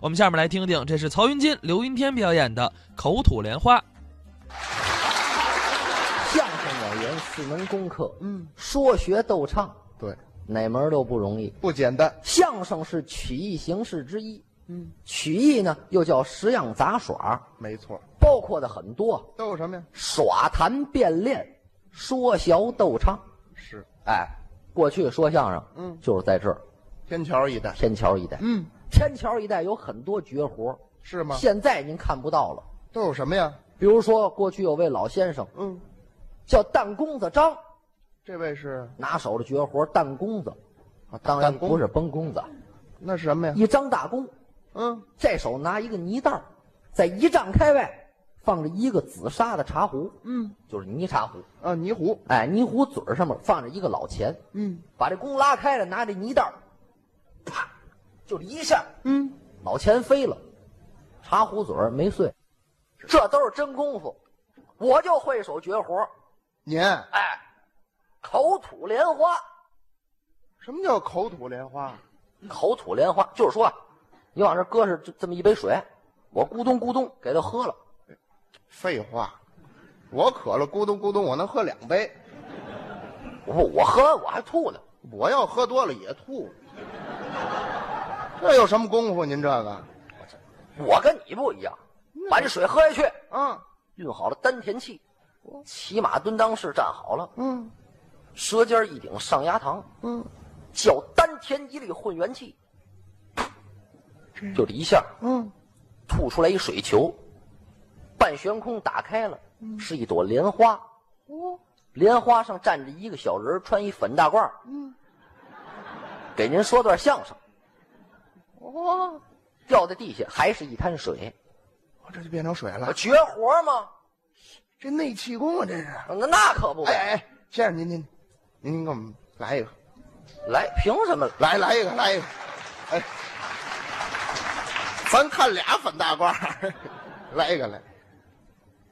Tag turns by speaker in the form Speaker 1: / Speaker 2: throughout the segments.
Speaker 1: 我们下面来听听，这是曹云金、刘云天表演的《口吐莲花》。
Speaker 2: 相声演员四门功课，
Speaker 3: 嗯，
Speaker 2: 说学逗唱，
Speaker 3: 对，
Speaker 2: 哪门儿都不容易。
Speaker 3: 不简单。
Speaker 2: 相声是曲艺形式之一，
Speaker 3: 嗯，
Speaker 2: 曲艺呢又叫十样杂耍，
Speaker 3: 没错。
Speaker 2: 包括的很多，
Speaker 3: 都有什么呀？
Speaker 2: 耍弹变练，说学逗唱。
Speaker 3: 是
Speaker 2: 哎，过去说相声，
Speaker 3: 嗯
Speaker 2: 就是在这儿
Speaker 3: 天桥一带。
Speaker 2: 天桥一带，
Speaker 3: 嗯，
Speaker 2: 天桥一带有很多绝活，
Speaker 3: 是吗？
Speaker 2: 现在您看不到了。
Speaker 3: 都有什么呀？
Speaker 2: 比如说，过去有位老先生
Speaker 3: 嗯，
Speaker 2: 叫弹弓子张，
Speaker 3: 这位是
Speaker 2: 拿手的绝活弹弓子，
Speaker 3: 啊
Speaker 2: 当然
Speaker 3: 弹弓
Speaker 2: 不是崩弓子，
Speaker 3: 那是什么呀？
Speaker 2: 一张大弓，
Speaker 3: 嗯，
Speaker 2: 这手拿一个泥袋儿，在一丈开外放着一个紫砂的茶壶，
Speaker 3: 嗯，
Speaker 2: 就是泥茶壶，
Speaker 3: 啊，泥壶。
Speaker 2: 哎，泥壶嘴儿上面放着一个老钱，
Speaker 3: 嗯
Speaker 2: 把这弓拉开了，拿这泥袋儿，啪，就是一下，
Speaker 3: 嗯，
Speaker 2: 老钱飞了，茶壶嘴儿没碎，这都是真功夫，我就会一手绝活儿，
Speaker 3: 您
Speaker 2: 哎，口吐莲花，
Speaker 3: 什么叫口吐莲花？
Speaker 2: 口吐莲花，就是说啊，你往这儿搁上这这么一杯水，我咕咚咕咚给它喝了，
Speaker 3: 废话，我渴了，咕咚咕咚，我能喝两杯。
Speaker 2: 我说我喝完我还吐呢，
Speaker 3: 我要喝多了也吐。这有什么功夫？您这个
Speaker 2: 我跟你不一样，把这水喝下去，
Speaker 3: 啊，
Speaker 2: 运好了丹田气，骑马蹲裆式站好了，
Speaker 3: 嗯
Speaker 2: 舌尖一顶上牙膛，
Speaker 3: 嗯
Speaker 2: 叫丹田一力混元气，就这一下
Speaker 3: 嗯，
Speaker 2: 吐出来一水球，半悬空打开了，是一朵莲花，
Speaker 3: 嗯哦，
Speaker 2: 莲花上站着一个小人儿，穿一粉大褂儿，
Speaker 3: 嗯
Speaker 2: 给您说段相声，
Speaker 3: 哦，
Speaker 2: 掉在地下还是一滩水，
Speaker 3: 这就变成水了。
Speaker 2: 绝活吗？
Speaker 3: 这内气功啊，这是。
Speaker 2: 那那可不呗，
Speaker 3: 哎哎，先生您您您您给我们来一个，
Speaker 2: 来，凭什么？
Speaker 3: 来来一个来一个，哎，咱看俩粉大褂儿，来一个来，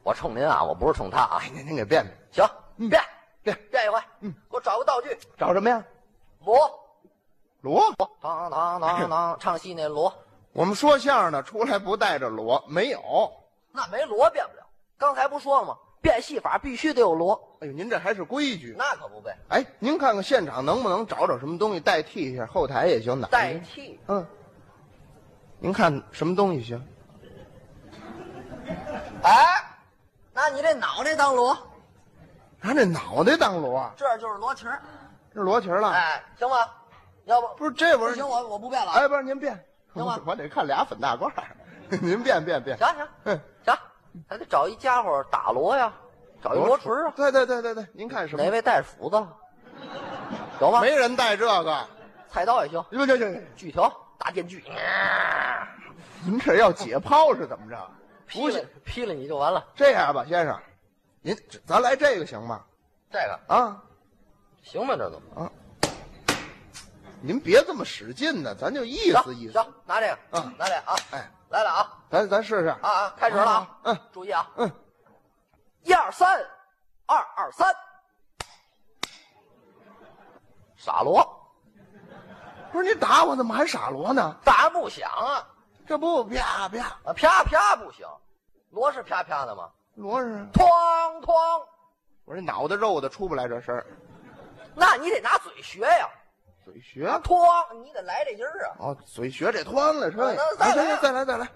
Speaker 2: 我冲您啊，我不是冲他啊。
Speaker 3: 哎您您给变变，
Speaker 2: 行，变
Speaker 3: 变
Speaker 2: 变一回。嗯，给我找个道具，
Speaker 3: 找什么呀？
Speaker 2: 锣，
Speaker 3: 锣。
Speaker 2: 当当 当当，唱戏那锣，
Speaker 3: 我们说相声的出来不带着锣，没有。
Speaker 2: 那没锣变不了。刚才不说了吗？变戏法必须得有锣，
Speaker 3: 哎呦，您这还是规矩。
Speaker 2: 那可不呗。
Speaker 3: 哎，您看看现场能不能找找什么东西代替一下，后台也行，哪
Speaker 2: 代替
Speaker 3: 嗯，您看什么东西行？
Speaker 2: 哎，那你这脑袋当锣，
Speaker 3: 拿这脑袋当锣啊，
Speaker 2: 这就是锣琴儿，
Speaker 3: 这锣琴儿了。
Speaker 2: 哎，行吧？要不
Speaker 3: 嗯不是这
Speaker 2: 不
Speaker 3: 玩意
Speaker 2: 行，
Speaker 3: 儿，
Speaker 2: 我我不变了啊。
Speaker 3: 哎，不是您变，
Speaker 2: 行吧
Speaker 3: 我得看俩粉大褂儿， 您变变变。
Speaker 2: 行行
Speaker 3: 嗯
Speaker 2: 行，还得找一家伙打锣呀，找一锣锤啊。
Speaker 3: 对对对对对，您看什么
Speaker 2: 哪？位带着斧子了？有吗？
Speaker 3: 没人带这个。
Speaker 2: 菜刀也行，
Speaker 3: 不行行，
Speaker 2: 锯条、大电锯，
Speaker 3: 您这要解剖是怎么着？
Speaker 2: 劈了劈了你就完了。
Speaker 3: 这样吧，先生，您咱来这个行吗？
Speaker 2: 这个
Speaker 3: 啊，
Speaker 2: 行吗？这都
Speaker 3: 您别这么使劲呢，咱就意思意思。
Speaker 2: 行，拿这个，
Speaker 3: 嗯
Speaker 2: 拿这个啊，
Speaker 3: 哎，
Speaker 2: 来了啊，
Speaker 3: 咱咱试试
Speaker 2: 啊啊，开始了啊，
Speaker 3: 嗯嗯，
Speaker 2: 注意啊，
Speaker 3: 嗯，
Speaker 2: 一二三，二二三，傻锣，
Speaker 3: 不是你打我，怎么还傻锣呢？
Speaker 2: 打不响啊，
Speaker 3: 这不啪啪
Speaker 2: 啊啪啪不行，锣是啪啪的吗？
Speaker 3: 锣是？
Speaker 2: 哐哐，
Speaker 3: 我这脑袋肉的出不来这声儿，
Speaker 2: 那你得拿嘴学呀，
Speaker 3: 嘴学
Speaker 2: 哐，你得来这音儿啊，
Speaker 3: 哦，嘴学这湍了是吧？
Speaker 2: 那
Speaker 3: 哎
Speaker 2: 再
Speaker 3: 行
Speaker 2: 来
Speaker 3: 行再来再来，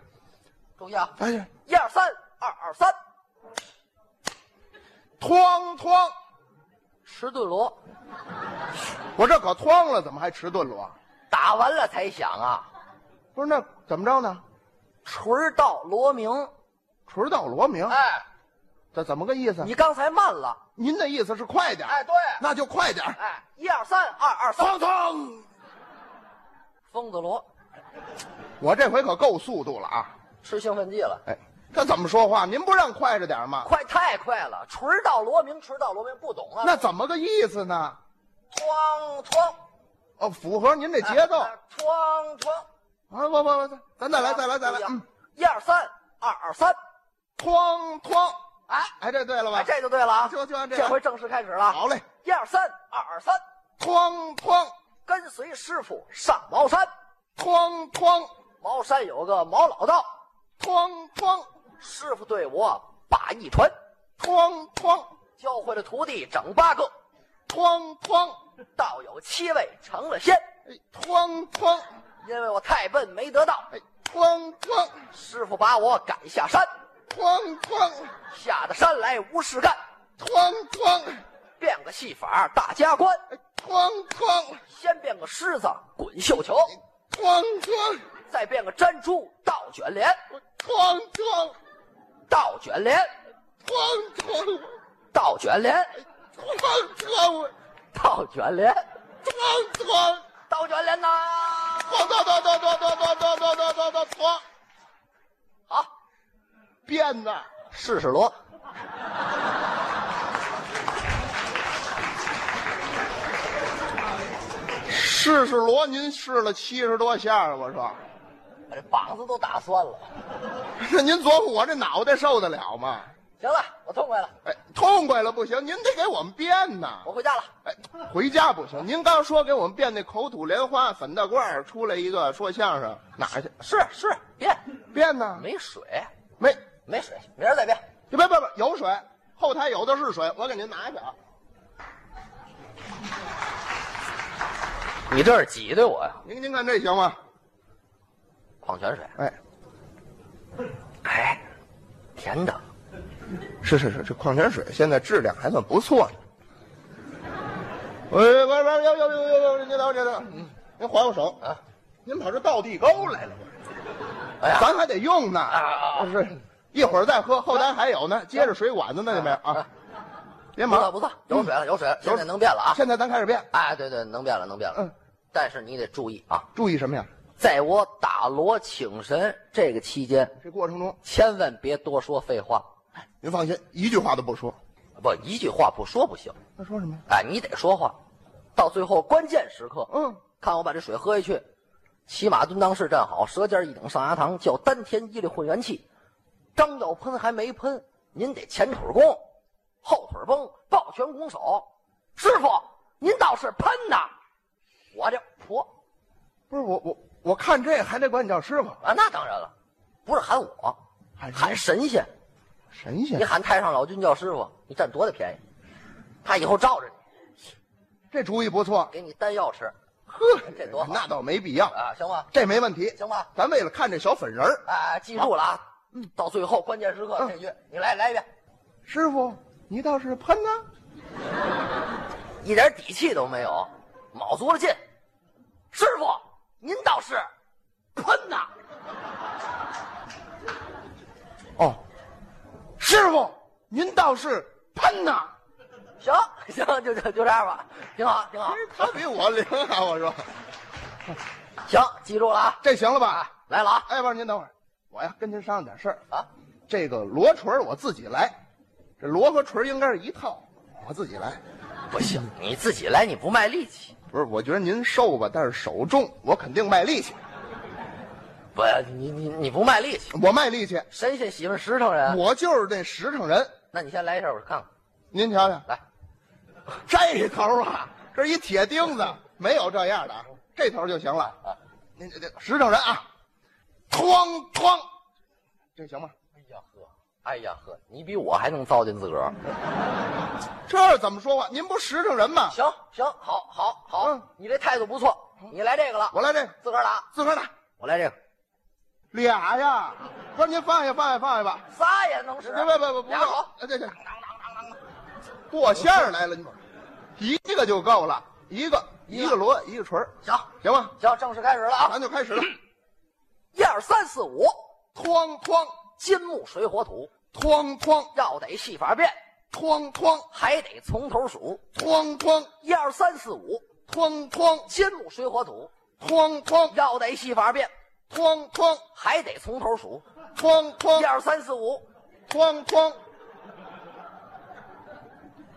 Speaker 2: 注意啊，
Speaker 3: 哎呀，
Speaker 2: 一二三，二二三，
Speaker 3: 哐哐，
Speaker 2: 迟钝锣。
Speaker 3: 我这可哐了，怎么还迟钝锣？
Speaker 2: 打完了才响啊！
Speaker 3: 不是那怎么着呢？
Speaker 2: 锤儿到罗明，
Speaker 3: 迟到罗明，
Speaker 2: 哎，
Speaker 3: 这怎么个意思？
Speaker 2: 你刚才慢了，
Speaker 3: 您的意思是快点儿？
Speaker 2: 哎，对，
Speaker 3: 那就快点儿，
Speaker 2: 哎，一二三，二二三，
Speaker 3: 哐哐。
Speaker 2: 疯子罗
Speaker 3: 我这回可够速度了啊！
Speaker 2: 吃兴奋剂了，
Speaker 3: 哎，这怎么说话？您不让快着点儿吗？
Speaker 2: 快太快了，锤儿到罗明，锤儿到罗明，不懂啊？
Speaker 3: 那怎么个意思呢？
Speaker 2: 哐哐
Speaker 3: 哦，符合您这节奏。
Speaker 2: 哎哐哐，
Speaker 3: 啊，不不不，咱再来，再来，再来
Speaker 2: 注意，啊
Speaker 3: 嗯，
Speaker 2: 一二三，二二三，
Speaker 3: 哐哐，
Speaker 2: 哎，
Speaker 3: 哎，这对了吧？
Speaker 2: 哎，这就对了啊，
Speaker 3: 就就按这
Speaker 2: 这
Speaker 3: 样
Speaker 2: 回正式开始了，
Speaker 3: 好，嘞，
Speaker 2: 一二三，二二三，
Speaker 3: 哐哐
Speaker 2: 跟随师傅上茅山，
Speaker 3: 哐哐，
Speaker 2: 茅山有个毛老道，哐哐，师傅对我把一传，
Speaker 3: 哐哐
Speaker 2: 教会了徒弟整八个，
Speaker 3: 哐哐，
Speaker 2: 道有七位成了仙。
Speaker 3: 哎，哐哐，
Speaker 2: 因为我太笨没得道，
Speaker 3: 哎，哐哐
Speaker 2: 师傅把我赶下山，
Speaker 3: 哐哐
Speaker 2: 下得山来无事干，
Speaker 3: 哐哐，
Speaker 2: 变个戏法儿大家观，
Speaker 3: 哎，哐哐
Speaker 2: 先变个狮子滚绣球，
Speaker 3: 哐哐，
Speaker 2: 再变个珍珠倒卷帘，
Speaker 3: 我哐哐
Speaker 2: 倒卷帘，
Speaker 3: 哐哐
Speaker 2: 倒卷帘，
Speaker 3: 哐哐，我
Speaker 2: 倒卷帘，
Speaker 3: 哐哐。
Speaker 2: 倒卷帘呐！
Speaker 3: 哐哐哐哐哐哐哐哐哐哐哐哐，
Speaker 2: 好，
Speaker 3: 变呐！
Speaker 2: 试试锣。
Speaker 3: 试试锣，您试了七十多下了，我说，
Speaker 2: 把哎这膀子都打酸了。
Speaker 3: 那您琢磨我这脑袋受得了吗？
Speaker 2: 行了，我痛快了，
Speaker 3: 哎，痛快了不行，您得给我们变呐！
Speaker 2: 我回家了。
Speaker 3: 哎，回家不行，您刚说给我们变那口吐莲花粉大褂儿出来一个说相声，哪去
Speaker 2: 是是，变
Speaker 3: 变呢？
Speaker 2: 没水，
Speaker 3: 没，
Speaker 2: 没水，明儿再变。
Speaker 3: 别别别，有水，后台有的是水，我给您拿去啊。
Speaker 2: 你这是挤兑我呀？
Speaker 3: 您您看这行吗？
Speaker 2: 矿泉水，
Speaker 3: 哎，
Speaker 2: 哎，甜的，
Speaker 3: 是是是，这矿泉水现在质量还算不错呢。哎喂喂喂喂，呦呦呦呦呦，您等会儿您等会儿，嗯您还我手
Speaker 2: 啊！
Speaker 3: 您跑这倒地沟来了，
Speaker 2: 哎呀，啊
Speaker 3: 咱还得用呢。是，一会儿再喝，后台还有呢，接着水管子呢，那边啊，别
Speaker 2: 不错
Speaker 3: 忙，
Speaker 2: 不错，有水了有水了，现在能变了啊！
Speaker 3: 现在咱开始变，
Speaker 2: 哎，对对，能变了能变了
Speaker 3: 嗯。
Speaker 2: 但是你得注意啊，
Speaker 3: 注意什么呀？
Speaker 2: 在我打锣请神这个期间，
Speaker 3: 这过程中，
Speaker 2: 千万别多说废话，
Speaker 3: 您放心，一句话都不说。
Speaker 2: 不一句话不说不行。
Speaker 3: 那说什么呀？
Speaker 2: 哎，你得说话，到最后关键时刻，
Speaker 3: 嗯，
Speaker 2: 看我把这水喝下去，骑马蹲裆式站好，舌尖一顶上牙膛，叫丹田一力混元气，张要喷还没喷，您得前腿弓，后腿绷，抱拳拱手，师傅您倒是喷呐，我这婆
Speaker 3: 不是我我我看这还得管你叫师傅，
Speaker 2: 啊，那当然了，不是喊我，
Speaker 3: 喊谁
Speaker 2: 喊神仙，
Speaker 3: 神仙
Speaker 2: 你，喊太上老君叫师傅，你占多大便宜，他以后罩着你，
Speaker 3: 这主意不错。
Speaker 2: 给你丹药吃
Speaker 3: 呵，
Speaker 2: 这多好
Speaker 3: 那倒没必要，
Speaker 2: 啊，行吗？
Speaker 3: 这没问题。
Speaker 2: 行吧。
Speaker 3: 咱为了看这小粉人儿，
Speaker 2: 啊，记住了啊！嗯，到最后关键时刻这句，你来来一遍，
Speaker 3: 师傅，你倒是喷呢、
Speaker 2: 一点底气都没有，卯足了劲。师傅，您倒是喷呐！
Speaker 3: 哦，师傅，您倒是喷呢、
Speaker 2: 行行，就就就这样吧，挺好挺好。
Speaker 3: 他比我灵啊！我说，
Speaker 2: 行，记住了啊！
Speaker 3: 这行了吧？
Speaker 2: 来了啊
Speaker 3: 哎，不是，您等会儿，我呀跟您商量点事儿。
Speaker 2: 啊！
Speaker 3: 这个罗锤儿我自己来，这罗和锤儿应该是一套，我自己来。
Speaker 2: 不行，你自己来，你不卖力气。
Speaker 3: 不是，我觉得您瘦吧，但是手重，我肯定卖力气。
Speaker 2: 不，你你你不卖力气，
Speaker 3: 我卖力气，
Speaker 2: 神仙媳妇实诚人。
Speaker 3: 我就是那实诚人。
Speaker 2: 那你先来一下，我看看。
Speaker 3: 您瞧瞧，
Speaker 2: 来，
Speaker 3: 这头啊，这一铁钉子，没有这样的，啊，这头就行了。啊，您这这实诚人啊，哐哐，这行吗？
Speaker 2: 哎呀呵，哎呀呵，你比我还能糟践自个儿。
Speaker 3: 这怎么说话？您不实诚人吗？
Speaker 2: 行行，好，好，好，
Speaker 3: 嗯
Speaker 2: 你这态度不错，你来这个了，
Speaker 3: 我来这个，
Speaker 2: 自个儿打，
Speaker 3: 自个儿打
Speaker 2: 我来这个，
Speaker 3: 俩呀，不是您放下放下放下吧。
Speaker 2: 仨也能使，
Speaker 3: 别别别别，不
Speaker 2: 俩
Speaker 3: 够
Speaker 2: 手，！
Speaker 3: 哎对对，过线儿来了，你一个就够了，一个一个锣一个锤儿
Speaker 2: 行
Speaker 3: 行吗？
Speaker 2: 行，正式开始了啊
Speaker 3: 咱！就开始了，
Speaker 2: 一二三四五，
Speaker 3: 哐哐
Speaker 2: 金木水火土，
Speaker 3: 哐哐
Speaker 2: 要得戏法变，
Speaker 3: 哐哐
Speaker 2: 还得从头数，
Speaker 3: 哐哐
Speaker 2: 一二三四五，
Speaker 3: 哐哐
Speaker 2: 金木水火土，
Speaker 3: 哐哐
Speaker 2: 要得戏法变，
Speaker 3: 哐哐
Speaker 2: 还得从头数，
Speaker 3: 哐
Speaker 2: 一
Speaker 3: 哐
Speaker 2: 二三四五，
Speaker 3: 哐哐，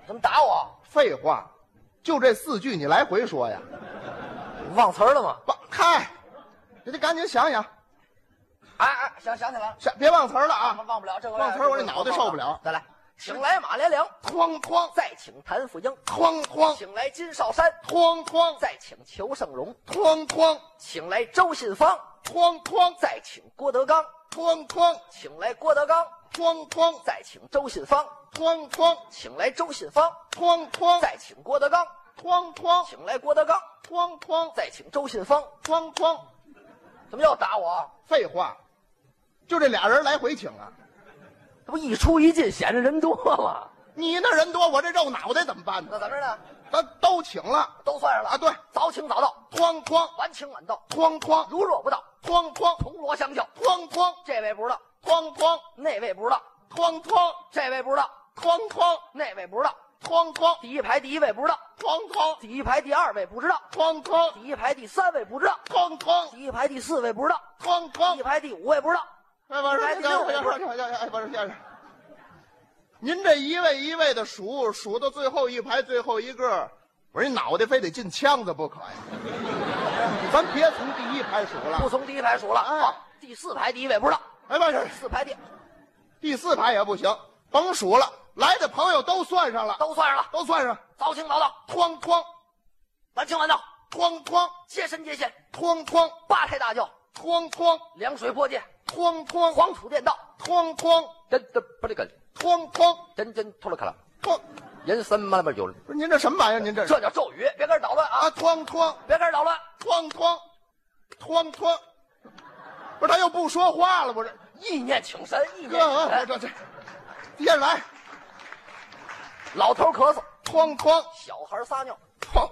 Speaker 2: 怎么打我？
Speaker 3: 废话，就这四句你来回说呀，
Speaker 2: 忘词儿了吗？
Speaker 3: 忘嗨，你得赶紧想想，
Speaker 2: 哎哎，想想起来了，
Speaker 3: 想别忘词儿了啊，
Speaker 2: 忘不了这个，
Speaker 3: 忘词儿我这脑袋受不了
Speaker 2: 再来，请来马连良，
Speaker 3: 哐哐
Speaker 2: 再请谭富英，
Speaker 3: 哐哐
Speaker 2: 请来金少山，
Speaker 3: 哐哐
Speaker 2: 再请裘盛戎，
Speaker 3: 哐哐
Speaker 2: 请来周信芳，
Speaker 3: 哐哐
Speaker 2: 再请郭德纲，
Speaker 3: 哐哐
Speaker 2: 请来郭德纲，
Speaker 3: 哐哐
Speaker 2: 再请周信芳，
Speaker 3: 哐哐
Speaker 2: 请来周信芳，
Speaker 3: 哐哐
Speaker 2: 再请郭德纲，
Speaker 3: 哐哐
Speaker 2: 请来郭德纲，
Speaker 3: 哐哐
Speaker 2: 再请周信芳。
Speaker 3: 哐哐。
Speaker 2: 怎么又打我啊？
Speaker 3: 废话，就这俩人来回请啊！
Speaker 2: 这不一出一进，显着人多吗？
Speaker 3: 你那人多，我这肉脑袋怎么办
Speaker 2: 那
Speaker 3: 呢？
Speaker 2: 怎么着呢？
Speaker 3: 咱都请了，
Speaker 2: 都算上了
Speaker 3: 啊对
Speaker 2: 早请早到，
Speaker 3: 哐哐
Speaker 2: 晚请晚到，
Speaker 3: 哐哐
Speaker 2: 如若不到，
Speaker 3: 哐哐
Speaker 2: 铜锣相叫。
Speaker 3: 哐哐
Speaker 2: 这位不知道，
Speaker 3: 哐哐
Speaker 2: 那位不知道，
Speaker 3: 哐哐
Speaker 2: 这位不知道，
Speaker 3: 哐哐
Speaker 2: 那位不知道，
Speaker 3: 哐哐
Speaker 2: 第一排第一位不知道，
Speaker 3: 哐哐
Speaker 2: 第一排第二位不知道，
Speaker 3: 哐哐
Speaker 2: 第一排第三位不知道，
Speaker 3: 哐哐
Speaker 2: 第一排第四位不知道，
Speaker 3: 哐
Speaker 2: 第一
Speaker 3: 哐！
Speaker 2: 排第五位不知道，
Speaker 3: 哎，我说，哎，我说先生，您这一位一位的数，数到最后一排最后一个，我说你脑袋非得进腔子不可呀！咱别从第一排数了
Speaker 2: 不。从第一排数了
Speaker 3: 哎
Speaker 2: 啊！第四排第一位不知道，
Speaker 3: 哎，不是，
Speaker 2: 四排第
Speaker 3: 第四排也不行，甭数了，来的朋友都算上了，
Speaker 2: 都算上了，
Speaker 3: 都算上，
Speaker 2: 早请早到，
Speaker 3: 哐哐
Speaker 2: 晚请晚到，
Speaker 3: 哐哐
Speaker 2: 接神接线，
Speaker 3: 哐哐
Speaker 2: 八抬大轿，
Speaker 3: 哐哐
Speaker 2: 凉水泼界，
Speaker 3: 哐哐
Speaker 2: 黄土垫道，
Speaker 3: 哐哐
Speaker 2: 真真不这个，
Speaker 3: 哐哐
Speaker 2: 真真脱了卡了，
Speaker 3: 哐，
Speaker 2: 人参嘛那边有了，
Speaker 3: 不是您这什么玩意儿？您这是
Speaker 2: 这叫咒语，别跟人捣乱啊
Speaker 3: 啊，！哐哐
Speaker 2: 别跟人捣乱，
Speaker 3: 哐哐哐哐，不是他又不说话了，不是
Speaker 2: 意念请神，意念
Speaker 3: 哥，
Speaker 2: 请
Speaker 3: 啊
Speaker 2: 神。
Speaker 3: 这这，接着来，
Speaker 2: 老头咳嗽，
Speaker 3: 哐哐
Speaker 2: 小孩撒尿，
Speaker 3: 哐，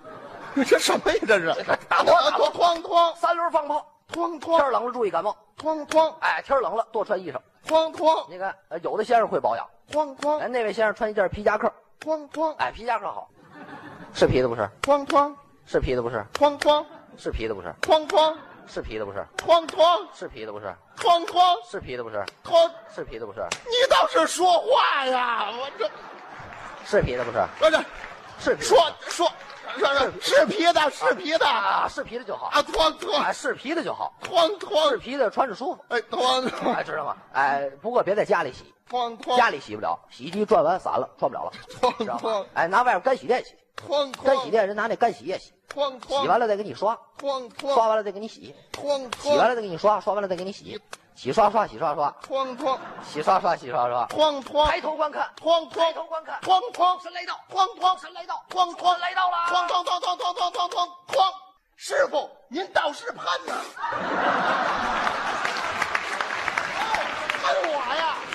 Speaker 3: 你这什么呀？这是
Speaker 2: 打我打我
Speaker 3: 哐哐
Speaker 2: 三轮放炮。
Speaker 3: 哐
Speaker 2: 天
Speaker 3: 哐
Speaker 2: 儿冷了注意感冒，
Speaker 3: 哐哐
Speaker 2: 哎，天儿冷了多穿衣裳。
Speaker 3: 哐哐
Speaker 2: 你看，呃有的先生会保养，
Speaker 3: 哐哐
Speaker 2: 哎，。那位先生穿一件皮夹克，
Speaker 3: 哐哐
Speaker 2: 哎，皮夹克好，是皮的不是？
Speaker 3: 哐哐
Speaker 2: 是皮的不是？
Speaker 3: 哐哐
Speaker 2: 是皮的不是？
Speaker 3: 哐哐
Speaker 2: 是皮的不是？
Speaker 3: 哐哐
Speaker 2: 是皮的不是？
Speaker 3: 哐哐
Speaker 2: 是皮的不是？
Speaker 3: 哐，
Speaker 2: 是皮的不是？
Speaker 3: 你倒是说话呀！我这
Speaker 2: 是皮的不是？
Speaker 3: 我这
Speaker 2: 是皮的
Speaker 3: 说说说说是皮的，是皮的啊！
Speaker 2: 啊，是皮的就好，
Speaker 3: 哐
Speaker 2: 哎，
Speaker 3: 哐
Speaker 2: 是皮的就好，
Speaker 3: 哐
Speaker 2: 是
Speaker 3: 哐，
Speaker 2: 皮的穿着舒服，
Speaker 3: 哎哐
Speaker 2: 哎，
Speaker 3: 哐
Speaker 2: 知道吗？哎，不过别在家里洗，
Speaker 3: 哐
Speaker 2: 家
Speaker 3: 哐
Speaker 2: 里洗不了，洗衣机转完散了，哦转不了了，知道
Speaker 3: 哐
Speaker 2: 吗
Speaker 3: 哐？
Speaker 2: 哎，拿外边干洗店洗，
Speaker 3: 哐
Speaker 2: 干洗店人拿那干洗液洗，
Speaker 3: 哐哐，
Speaker 2: 洗完了再给你刷，
Speaker 3: 哐
Speaker 2: 刷
Speaker 3: 哐
Speaker 2: 完了再给你洗，
Speaker 3: 哐
Speaker 2: 洗完
Speaker 3: 哐
Speaker 2: 了再给你刷，刷完了再给你洗，洗刷刷洗刷刷，
Speaker 3: 哐哐
Speaker 2: 洗刷刷洗刷刷。
Speaker 3: 哐哐
Speaker 2: 抬头观看，
Speaker 3: 哐
Speaker 2: 抬
Speaker 3: 哐
Speaker 2: 头观看，
Speaker 3: 哐哐
Speaker 2: 神来到，
Speaker 3: 哐哐
Speaker 2: 神来到，
Speaker 3: 哐哐
Speaker 2: 来到了，
Speaker 3: 哐哐哐哐哐哐哐哐哐！师傅，您倒是
Speaker 2: 哦
Speaker 3: 攀呐！哎呦，攀我呀！